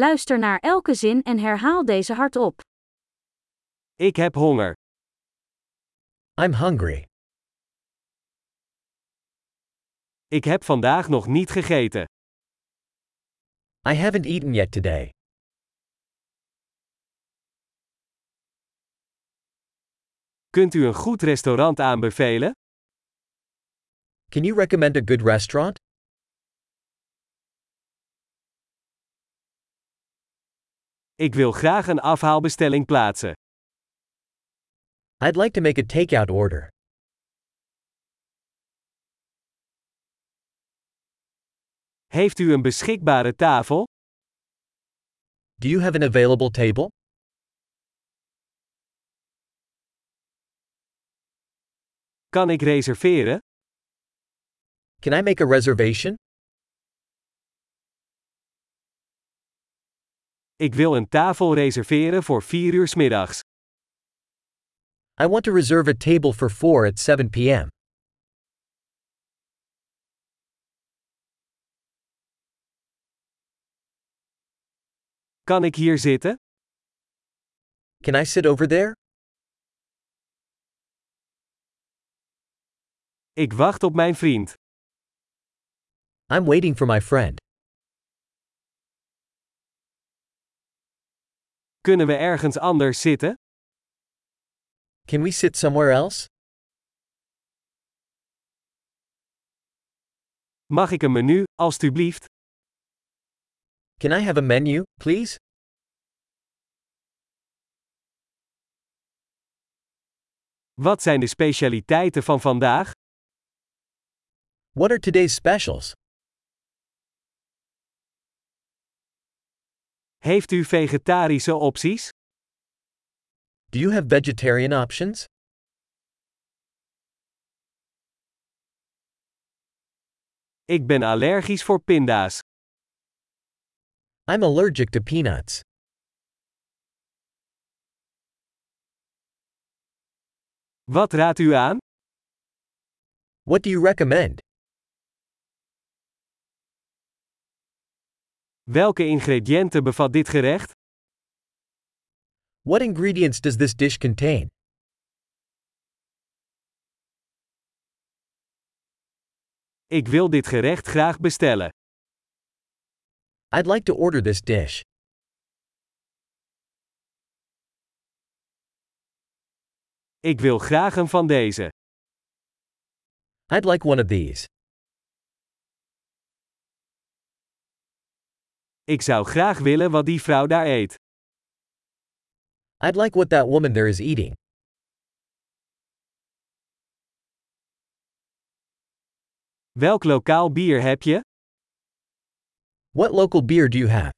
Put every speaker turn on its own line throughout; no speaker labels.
Luister naar elke zin en herhaal deze hardop.
Ik heb honger.
I'm hungry.
Ik heb vandaag nog niet gegeten.
I haven't eaten yet today.
Kunt u een goed restaurant aanbevelen?
Can you recommend a good restaurant?
Ik wil graag een afhaalbestelling plaatsen.
I'd like to make a takeout order.
Heeft u een beschikbare tafel?
Do you have an available table?
Kan ik reserveren?
Can I make a reservation?
Ik wil een tafel reserveren voor 4 uur 's middags.
I want to reserve a table for 4 at 7 p.m.
Kan ik hier zitten?
Can I sit over there?
Ik wacht op mijn vriend.
I'm waiting for my friend.
Kunnen we ergens anders zitten?
Can we sit somewhere else?
Mag ik een menu, alstublieft?
Can I have a menu, please?
Wat zijn de specialiteiten van vandaag?
What are today's specials?
Heeft u vegetarische opties?
Do you have vegetarian options?
Ik ben allergisch voor pinda's.
I'm allergic to peanuts.
Wat raadt u aan?
What do you recommend?
Welke ingrediënten bevat dit gerecht?
What ingredients does this dish contain?
Ik wil dit gerecht graag bestellen.
I'd like to order this dish.
Ik wil graag een van deze.
I'd like one of these.
Ik zou graag willen wat die vrouw daar eet.
I'd like what that woman there is eating.
Welk lokaal bier heb je?
What local beer do you have?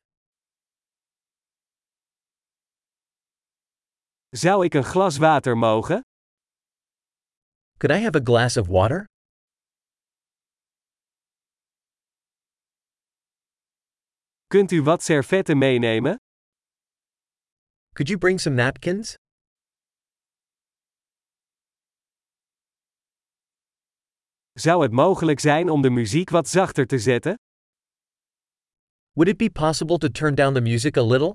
Zou ik een glas water mogen?
Could I have a glass of water?
Kunt u wat servetten meenemen?
Could you bring some napkins?
Zou het mogelijk zijn om de muziek wat zachter te zetten?
Would it be possible to turn down the music a little?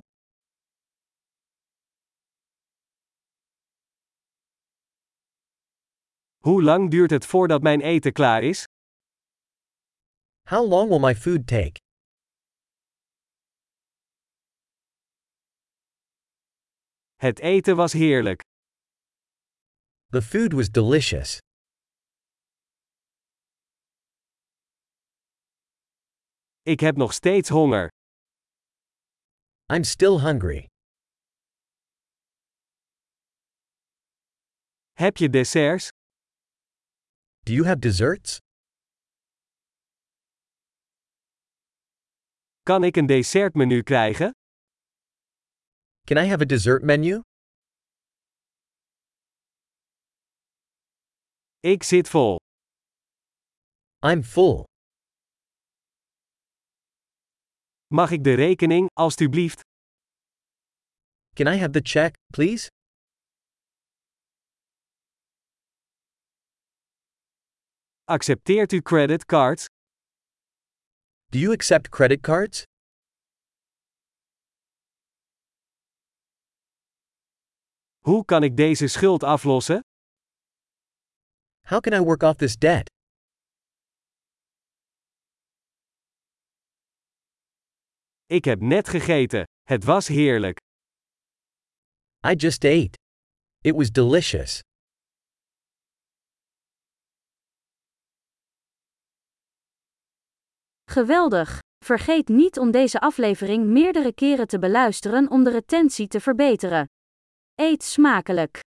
Hoe lang duurt het voordat mijn eten klaar is?
How long will my food take?
Het eten was heerlijk.
The food was delicious.
Ik heb nog steeds honger.
I'm still hungry.
Heb je desserts?
Do you have desserts?
Kan ik een dessertmenu krijgen?
Can I have a dessert menu?
Ik zit vol.
I'm full.
Mag ik de rekening, alstublieft?
Can I have the check, please?
Accepteert u creditcards?
Do you accept credit cards?
Hoe kan ik deze schuld aflossen?
How can I work off this debt?
Ik heb net gegeten. Het was heerlijk.
I just ate. It was delicious.
Geweldig! Vergeet niet om deze aflevering meerdere keren te beluisteren om de retentie te verbeteren. Eet smakelijk!